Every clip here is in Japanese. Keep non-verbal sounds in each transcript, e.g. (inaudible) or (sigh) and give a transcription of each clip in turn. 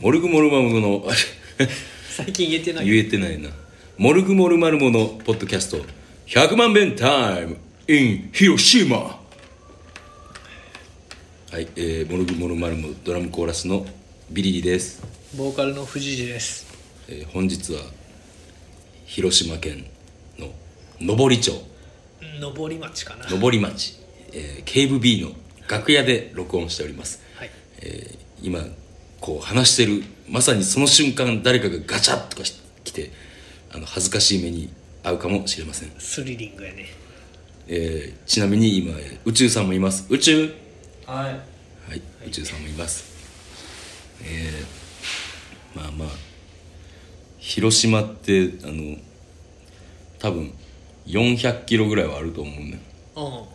モルグモルマルモの最近言えてない言えてないなモルグモルマルモのポッドキャスト100万遍タイム in 広島はい、えー、モルグモルマルモドラムコーラスのビリリです、ボーカルの藤次ですえー本日は広島県の上り町上り町かな上り町、えー、KVB の楽屋で録音しておりますはいえー今こう話してるまさにその瞬間誰かがガチャッとかし来てあの恥ずかしい目に遭うかもしれません、スリリングやねえーちなみに今えー宇宙さんもいます宇宙はいはい宇宙さんもいますえーまあまあ広島ってあの多分400キロぐらいはあると思うんだよ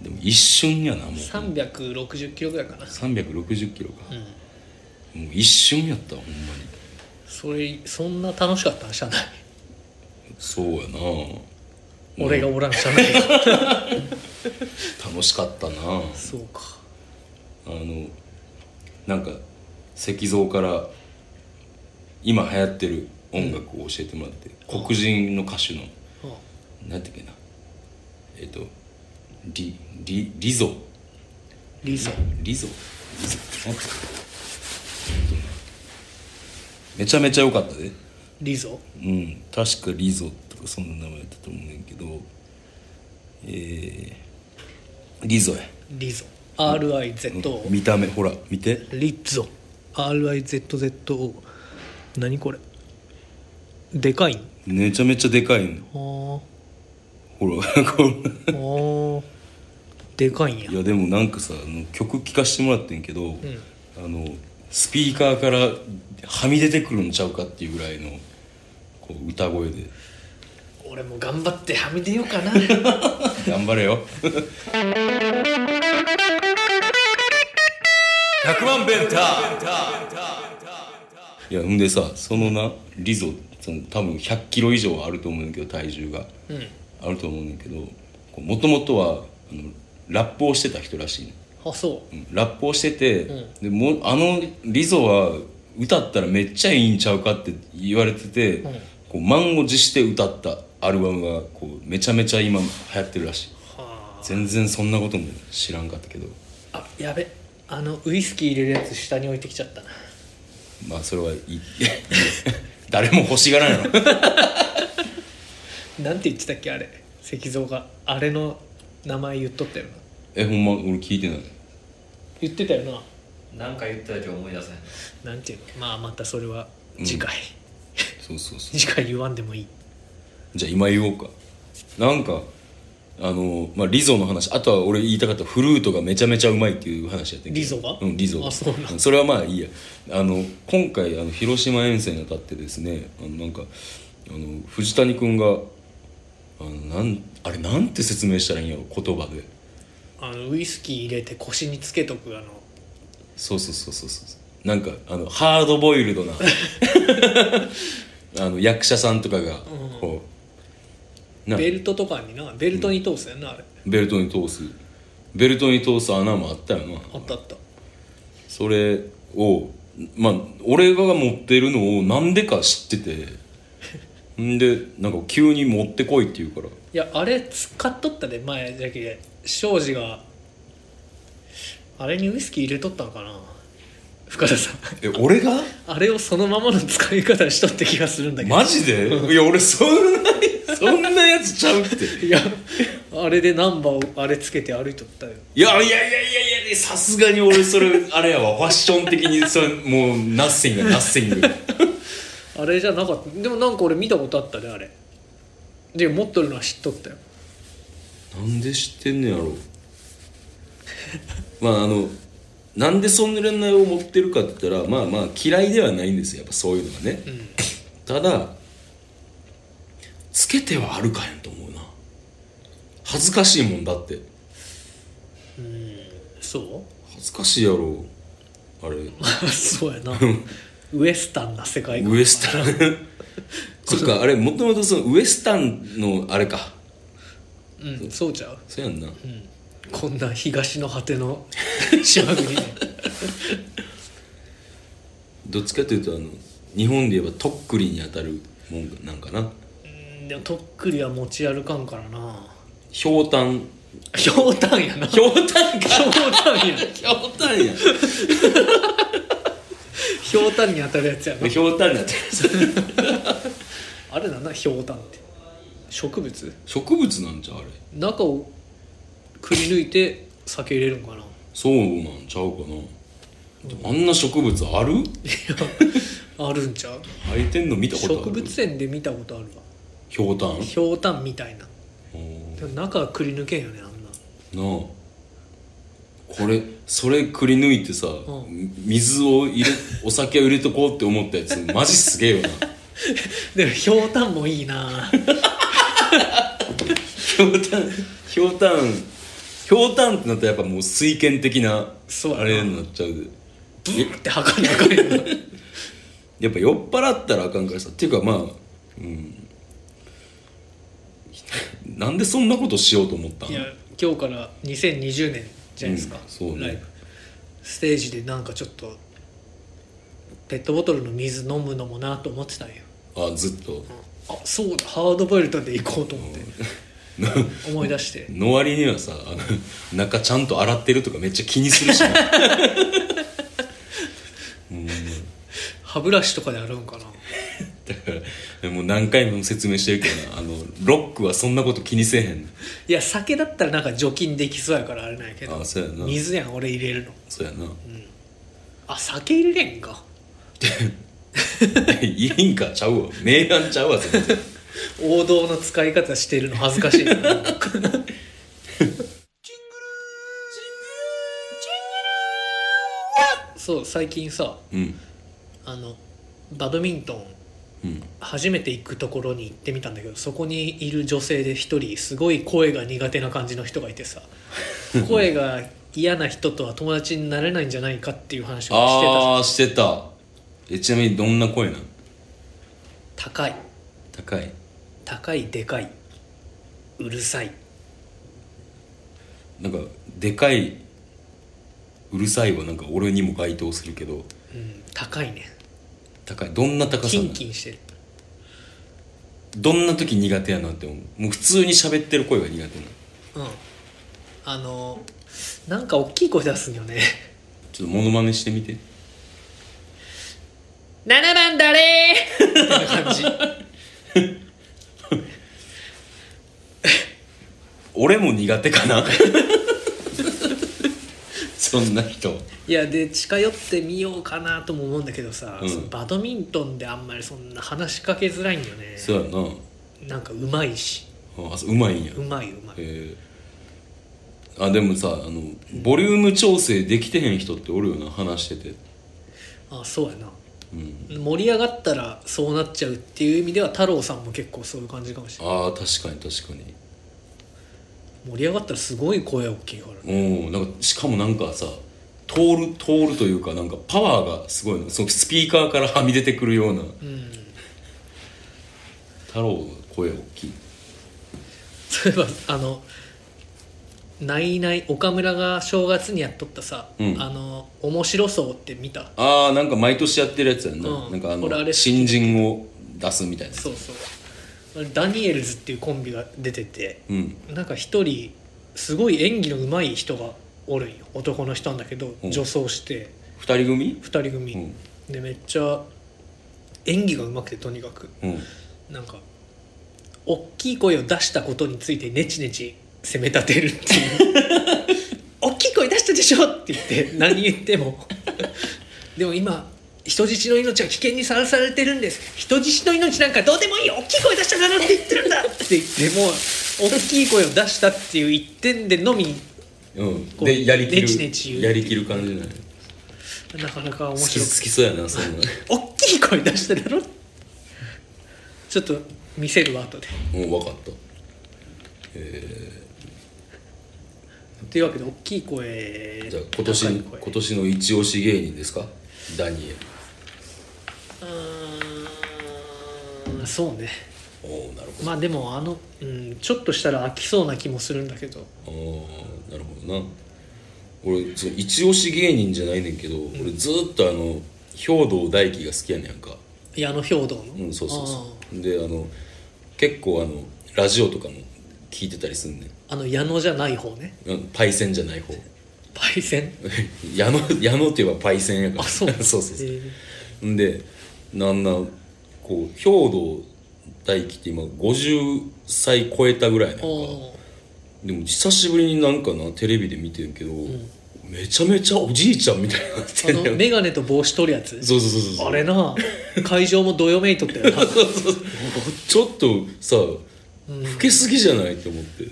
うでも一瞬やなもうん360キロぐらいかな360キロかうんもう一瞬やったほんまにそれそんな楽しかったん車内そうやな俺がおらん (laughs) 車内が楽しかったなあそうかのなんか石像から今流行ってる音楽を教えてもらって、黒人の歌手のうん何て言うっけなえっ、とリリリゾリゾリゾリゾなんてめちゃめちゃ良かったでリゾうん確かリゾとかそんな名前だったと思うねんけどえー、リゾやリゾ RIZO 見た目ほら見てリッゾ RIZZO 何これでかいんめちゃめちゃでかいのあーほらこあ (laughs) ーでかいんやういやでもなんかさあの曲聴かしてもらってんけど、あのスピーカーからはみ出てくるんちゃうかっていうぐらいのこう歌声で俺も頑張ってはみ出ようか (laughs) な頑張れよ100万ベンタいやほんでさそのなリゾその多分100キロ以上はあると思うんだけど体重が、あると思うんだけどもともとはあのラップをしてた人らしいのあそうんラップをしてて、でもうあのリゾは歌ったらめっちゃいいんちゃうかって言われてて、こう満を持して歌ったアルバムがこうめちゃめちゃ今流行ってるらしいうは全然そんなことも知らんかったけどああやべあのウイスキー入れるやつ下に置いてきちゃったなまあそれはいい (laughs) 誰も欲しがらないの (laughs) なんて言ってたっけあれ石像があれの名前言っとったよなえほんま俺聞いてない言ってたよななんか言ったけど思い出せんなんていうのまあまたそれは次回、そうそうそう (laughs) 次回言わんでもいいじゃあ今言おうかなんかあのまあリゾの話あとは俺言いたかったフルートがめちゃめちゃうまいっていう話やってんけどリゾがうんリゾがあそうなんそれはまあいいやあの今回あの広島遠征にあたってですねあのなんかあの藤谷君があのなんあれなんて説明したらいいんやろ言葉であのウイスキー入れて腰につけとくあのそうそうそうそうそうなんかあのハードボイルド (laughs) なあの役者さんとかがこう、なベルトとかになベルトに通すやんなあれベルトに通すベルトに通す穴もあったよなあったあったそれをまあ俺が持ってるのをなんでか知っててんでなんか急に持ってこいって言うからいやあれ使っとったで前じゃけ庄司があれにウイスキー入れとったんかな深田さんえ俺があれをそのままの使い方しとって気がするんだけど、マジでいや俺そんなそんなやつちゃうっていやあれでナンバーをあれつけて歩いとったよいやいやいやいやいやさすがに俺それあれやわファッション的にそれもうナッシングナッシングあれじゃなかったでもなんか俺見たことあったであれで持っとるのは知っとったよなんで知ってんのやろ (laughs) まああのなんでそんな恋愛を持ってるかって言ったらまあまあ嫌いではないんですよやっぱそういうのがね、ただつけてはあるかやんと思うな恥ずかしいもんだってそ恥ずかしいやろあれう (laughs) そうやな (laughs) ウエスタンな世界観ウエスタ (laughs) ンそっかあれもともとそのウエスタンのあれかうんそうちゃう、そうやんな、うん、こんな (laughs) 東の果ての島国でどっちかというとあの日本で言えばとっくりに当たるもんなんかなうんでもとっくりは持ち歩かんからなひょうたんひょうたんやなひょうたんかひょうたんやひょうたんやひょうたんに当たるやつやなひょうたんになってるあれなんだひょうたんって植物植物なんじゃうあれ中をくり抜いて酒入れるんかなそうなんちゃうかなあんな植物あるあるんちゃう生えてんの見たことある植物園で見たことあるわひょうたんひょうたんみたいなおーでも中はくり抜けんよねあんななあこれそれくり抜いてさ、う水を入れお酒を入れとこうって思ったやつマジすげえよなでもひょうたんもいいなひょうたんひょうたんひょうたんってなったらやっぱもう水拳的なそうやなあれになっちゃうでブーって測りかれるやっぱ酔っ払ったらあかんからさっていうかまあうんなんでそんなことしようと思ったんいや今日から2020年じゃないですか、うんそうねライブステージでなんかちょっとペットボトルの水飲むのもなと思ってたんよあずっとあそうだハードボイルドで行こうと思って思い出しての割にはさあの中ちゃんと洗ってるとかめっちゃ気にするし (laughs) な歯ブラシとかで洗うんかなだからもう何回も説明してるけどなあのロックはそんなこと気にせえへんのいや酒だったらなんか除菌できそうやからあれなんやけどあそうやな水やん俺入れるのそうやなあ酒入れれんかいいんかちゃうわ名案ちゃうわ全然王道の使い方してるの恥ずかし (laughs) いなそう最近さうんあのバドミントンうん初めて行くところに行ってみたんだけどそこにいる女性で一人すごい声が苦手な感じの人がい (laughs) てさ声が嫌な人とは友達になれないんじゃないかっていう話をしてたじゃんああしてたえちなみにどんな声なん高い高い高いでかいうるさいなんかでかいうるさいはなんか俺にも該当するけどうん高いね高いどんな高さキなんンキンしてるどんな時苦手やなって思うもう普通に喋ってる声が苦手なのうんあのなんか大きい声出すんよ (laughs) ねちょっとモノマネしてみて7番誰みたいな感じ俺も苦手かな (laughs) そんな人いやで近寄ってみようかなとも思うんだけどさ、うんそのバドミントンであんまりそんな話しかけづらいんよねそうやななんかうまいしあそううまいんやうまいうまいえーあでもさあのボリューム調整できてへん人っておるよな話しててあそうやなうん盛り上がったらそうなっちゃうっていう意味では太郎さんも結構そういう感じかもしれないああ確かに確かに盛り上がったらすごい声大きいからねうんなんかしかもなんかさ通る通るというかなんかパワーがすごいのそのスピーカーからはみ出てくるようなうん太郎の声大きいそういえばあの「ないない」岡村が正月にやっとったさ「うんあの面白そう」って見たああなんか毎年やってるやつやんな,、うんなんかあの俺あれ好き新人を出すみたいなそうそうダニエルズっていうコンビが出ててうんなんか一人すごい演技の上手い人がおるんよ男の人なんだけどうん女装して二人組2人組、うんでめっちゃ演技が上手くてとにかくうんなんか大きい声を出したことについてネチネチ責め立てるっていう「 (laughs) 大きい声出したでしょ!」って言って何言ってもでも今人質の命は危険にさらされてるんです人質の命なんかどうでもいいよ大きい声出しただろって言ってるんだって言ってもう大きい声を出したっていう一点でのみうんこうでやりきるネチネチ言うやりきる感じないなかなか面好き白好くきそうやなそ (laughs) んな大きい声出しただろちょっと見せるわ後でうん分かったというわけで大きい声じゃあ今年高い声今年の一押し芸人ですかダニエルうーんそうねおおなるほど、まあでもあの、うん、ちょっとしたら飽きそうな気もするんだけどああなるほどな俺その一押し芸人じゃないねんけど、俺ずっとあの兵道大輝が好きやねやんかいやあの兵道の、うんそうそうそうであの結構あのラジオとかも聞いてたりすんねんあーあの矢野じゃない方ねうんパイセンじゃない方 (laughs) パイセン矢野矢野って言えばパイセンやからあそう (laughs) そうそうそうえーんでなんなこう兵道大輝って今50歳超えたぐらいやねんかおーでも久しぶりになんかなテレビで見てるけど、めちゃめちゃおじいちゃんみたいになってあんねのん眼鏡と帽子取るやつそうそうそうそうあれな会場もどよめいとったよなちょっとさ老けすぎじゃないって思って、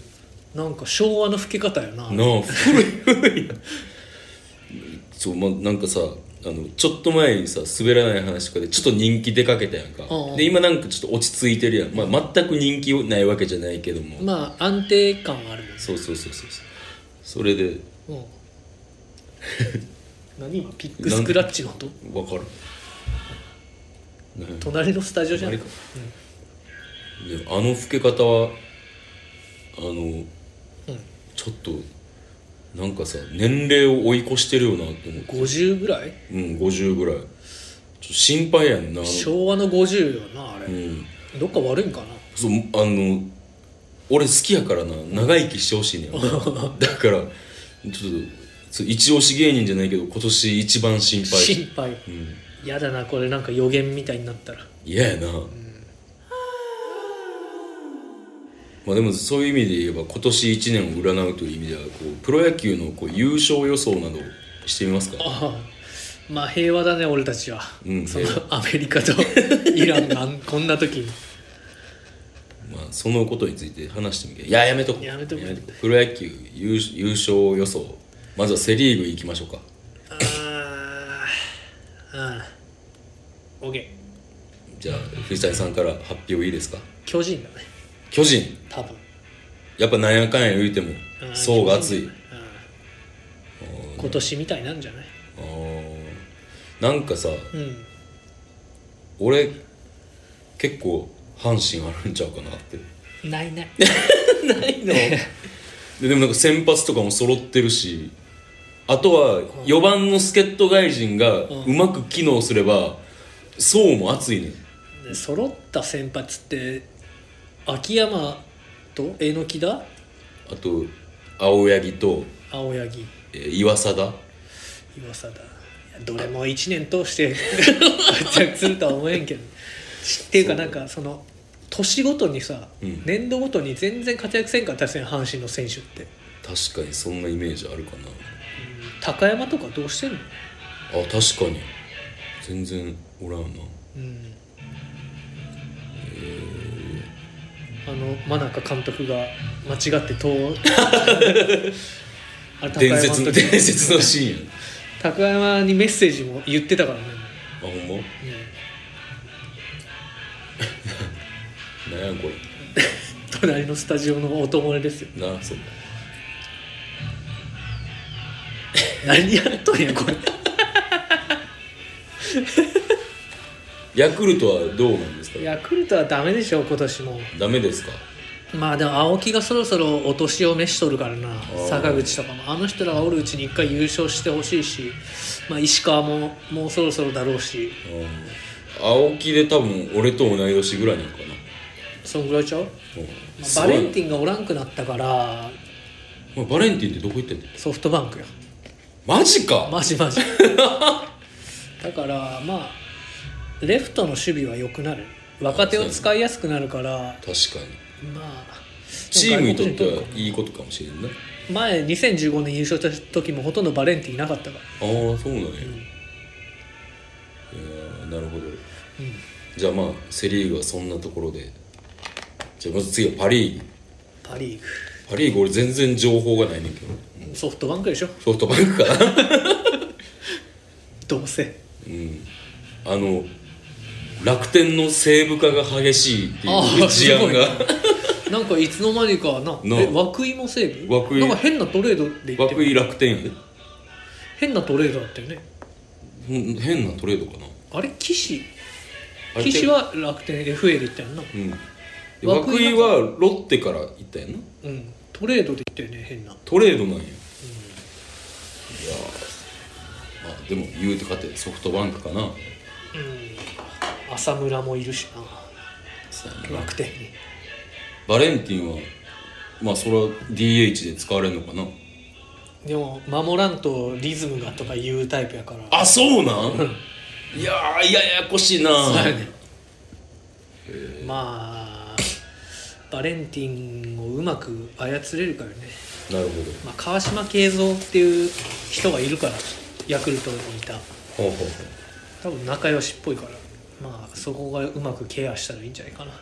なんか昭和の老け方よななあ古い古いそうまなんかさあのちょっと前にさ滑らない話とかでちょっと人気出かけたやんか、うんうんで今なんかちょっと落ち着いてるやん、まあ、全く人気ないわけじゃないけども、まあ安定感はあるもんねそうそうそうそうそうそれでうん (laughs) 何今ピックスクラッチの音分かるね隣のスタジオじゃない隣かであの老け方はあの、ちょっとなんかさ年齢を追い越してるよなって思って50ぐらいうん50ぐらいちょっと心配やんなあの昭和の50よなあれ、うんどっか悪いんかなそうあの俺好きやからな長生きしてほしい (laughs) ねんだからちょっとそう一押し芸人じゃないけど今年一番心配心配うんやだなこれなんか予言みたいになったら嫌やな、まあでもそういう意味で言えば今年1年を占うという意味ではこうプロ野球のこう優勝予想などしてみますかああまあ平和だね俺たちは、うんその平アメリ (laughs) カとイランがあんこんな時にまあそのことについて話してみていややめとこうやめとこうプロ野球優優勝予想まずはセ・リーグ行きましょうかああうん OK じゃあ藤谷さんから発表いいですか巨人だね巨人多分やっぱなんやかんや言うてもうん層が厚い巨人うん今年みたいなんじゃないあーなんかさうん俺結構阪神あるんちゃうかなって (laughs) ないない (laughs) ないのででもなんか先発とかも揃ってるしあとは4番の助っ人外人がうまく機能すれば層も厚いねんで揃った先発って秋山と榎木だあと青柳と青柳えー岩貞岩佐だどれも1年通して活躍するとは思えんけどっていうかなんかその年ごとにさ、うん年度ごとに全然活躍せんかったですね阪神の選手って確かにそんなイメージあるかな高山とかどうしてんのあ確かに全然おらんなうんあの真中監督が間違って (laughs) 投あれ高伝説山のの時伝説のシーンや (laughs) 高山にメッセージも言ってたからね、あほんま (laughs) なんやこれうん隣のスタジオのお友達ですよなそう何やっとんやこれヤクルトはどうなんですかヤクルトはダメでしょ今年もダメですかまあでも青木がそろそろお年を召しとるからなー坂口とかもあの人らがおるうちに一回優勝してほしいし、まあ、石川ももうそろそろだろうしうん青木で多分俺と同い年ぐらいなのかな、そんぐらいちゃう、まうんあすごバいレンティンがおらんくなったからまあバレンティンってどこ行ってんのソフトバンクよマジか、マジ (laughs) マジだからまあレフトの守備は良くなる若手を使いやすくなるから確かにまあチームにとってはいいことかもしれんなあ前2015年優勝した時もほとんどバレンティンいなかったからあーそうなんや、いやーなるほど、じゃあまあセ・リーグはそんなところでじゃあまず次はパ・リーグパ・リーグパ・リーグ俺全然情報がないねんけどソフトバンクでしょソフトバンクかなどうせうんあの楽天の西部化が激しいってあいうー事案がすなんかいつの間にか (laughs) ななえ涌井も西武涌井なんか変なトレード (laughs) で言って涌井る楽天やで変なトレードだったよねうん変なトレードかなあれ岸あれ岸は楽天 FA で行ったよなうんで涌涌井井はロッテから行ったやんなうんトレードで行ったよね変なトレードなんや、いやまあでも言うて勝てソフトバンクかなうん浅村もいるしさあな楽天にバレンティンはまあそれは DH で使われるのかなでも守らんとリズムがとかいうタイプやからあそうなんいやーややこしいなそうやねまあバレンティンをうまく操れるからね、なるほまあ、川島慶三っていう人がいるからヤクルトにいたどほうほうほう多分仲良しっぽいからまあそこがうまくケアしたらいいんじゃないかな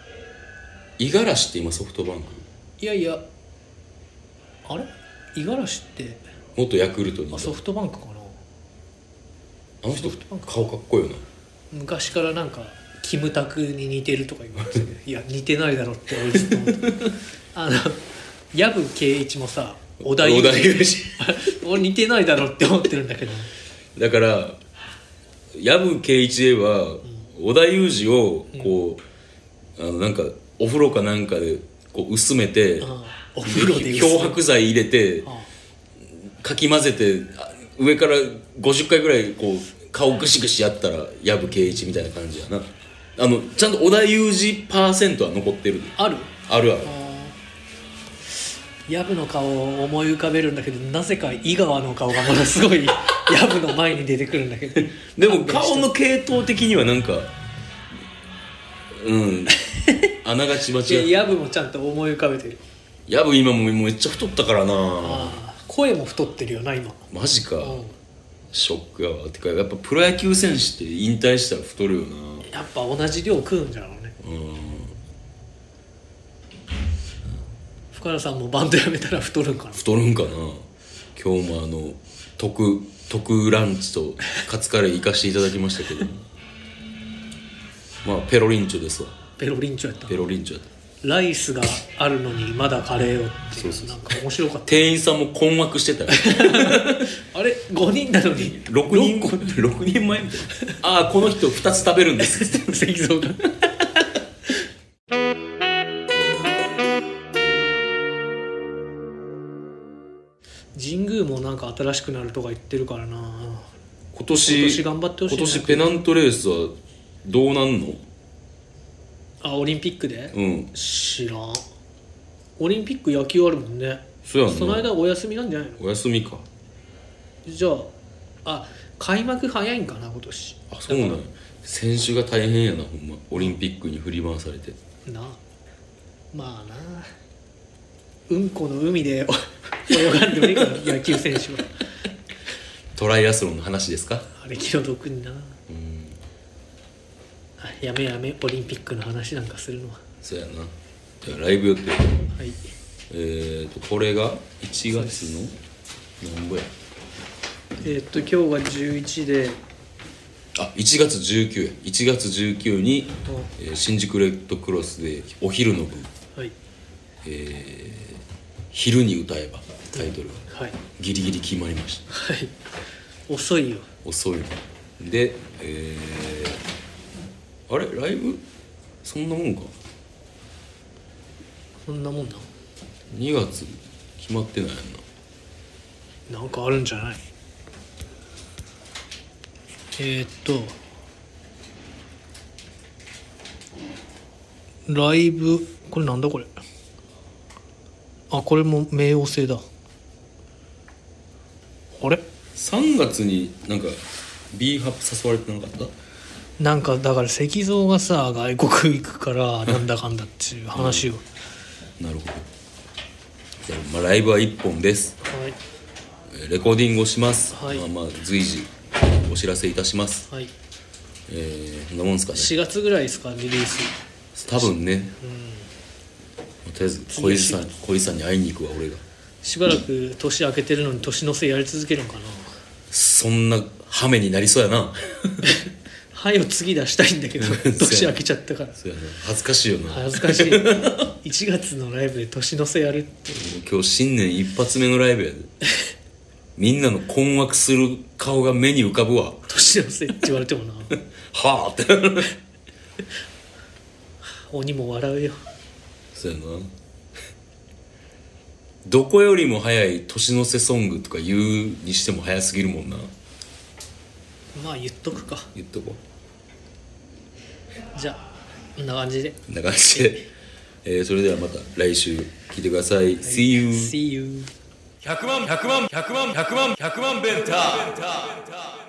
五十嵐って今ソフトバンクいやいやあれ五十嵐って元ヤクルトにいたあソフトバンクかなあの人ソフトバンク顔かっこいいよな昔からなんかキムタクに似てるとか言われてたけどいや似てないだろって俺ずっと思ってたあの (laughs) 薮圭一もさ織田織田裕裕二 (laughs) 二俺似てないだろって思ってるんだけどだから薮圭一では織田裕二をこう、あのなんかお風呂かなんかでこう薄めて、あお風呂で薄い漂白剤入れてあかき混ぜてあ上から50回ぐらいこう顔ぐしぐしやったら薮圭一みたいな感じやなあのちゃんと織田裕二パーセントは残ってるあるあるある薮の顔を思い浮かべるんだけどなぜか井川の顔がものすごい (laughs) 薮の前に出てくるんだけどでも顔の系統的にはなんか (laughs) うんあながち間い違いや薮もちゃんと思い浮かべてるやぶ今もうめっちゃ太ったからなあー声も太ってるよな今マジかうんショックやわてかやっぱプロ野球選手って引退したら太るよなやっぱ同じ量食うんじゃろうねうん深田さんもバンドやめたら太るんかな太るんかな今日もあの特特ランチとカツカレー行かしていただきましたけ (laughs) どまあペロリンチョですわペロリンチョやったペロリンチョやったライスがあるのにまだカレーをっていうそうそうそうなんか面白かった店員さんも困惑してたよあれ5人なのに6人6人前みたいなああこの人2つ食べるん (laughs) です石像が神宮もなんか新しくなるとか言ってるからな今年今年頑張ってほしいな今年ペナントレースはどうなんのあオリンピックで、うん知らんオリンピック野球あるもんねそうやんなその間お休みなんじゃないのお休みかじゃああ開幕早いんかな今年あそうなんや選手が大変やなほんまオリンピックに振り回されてなあまあなうんこの海でお (laughs) 泳がんでもいいから野球選手はトライアスロンの話ですかあれ気の毒になうんあやめやめオリンピックの話なんかするのはそうやなじゃあライブ予定はいえー、とこれが1月の何ぼやえーっと今日が11であ1月19や1月19に、えー新宿レッドクロスでお昼の部はい昼に歌えばタイトルがはいギリギリ決まりましたはい遅いよ遅いのでえー、あれライブそんなもんかそんなもん2月決まってないやんなななんかあるんじゃないえーっとライブこれなんだこれあこれも冥王星だあれ3月になんか B ハップ誘われてなかったなんかだから石像がさ外国行くからなんだかんだっていう話を、なるほどじゃあ、まあ、ライブは1本ですはいえーレコーディングをします、はいまあまあ随時お知らせいたしますはいえー、そんなもんすかね4月ぐらいですかリリース多分ね、まあとりあえず小泉さん小泉さんに会いに行くわ俺がしばらく年明けてるのに年のせいやり続けるのかなそんなハメになりそうやなはいを次出したいんだけど年明けちゃったからそうやな恥ずかしいよな、恥ずかしい1月のライブで年のせいやるって今日新年一発目のライ (laughs) ブやでみんなの困惑する顔が目に浮かぶわ年のせいって言われてもなはあってなる鬼も笑うよそうやなどこよりも早い年の瀬ソングとか言うにしても早すぎるもんなまあ言っとくか言っとこじゃあこんな感じでうこんな感じで、えーそれではまた来週聞いてください、See you See you 100万100万100万100万100万ベンター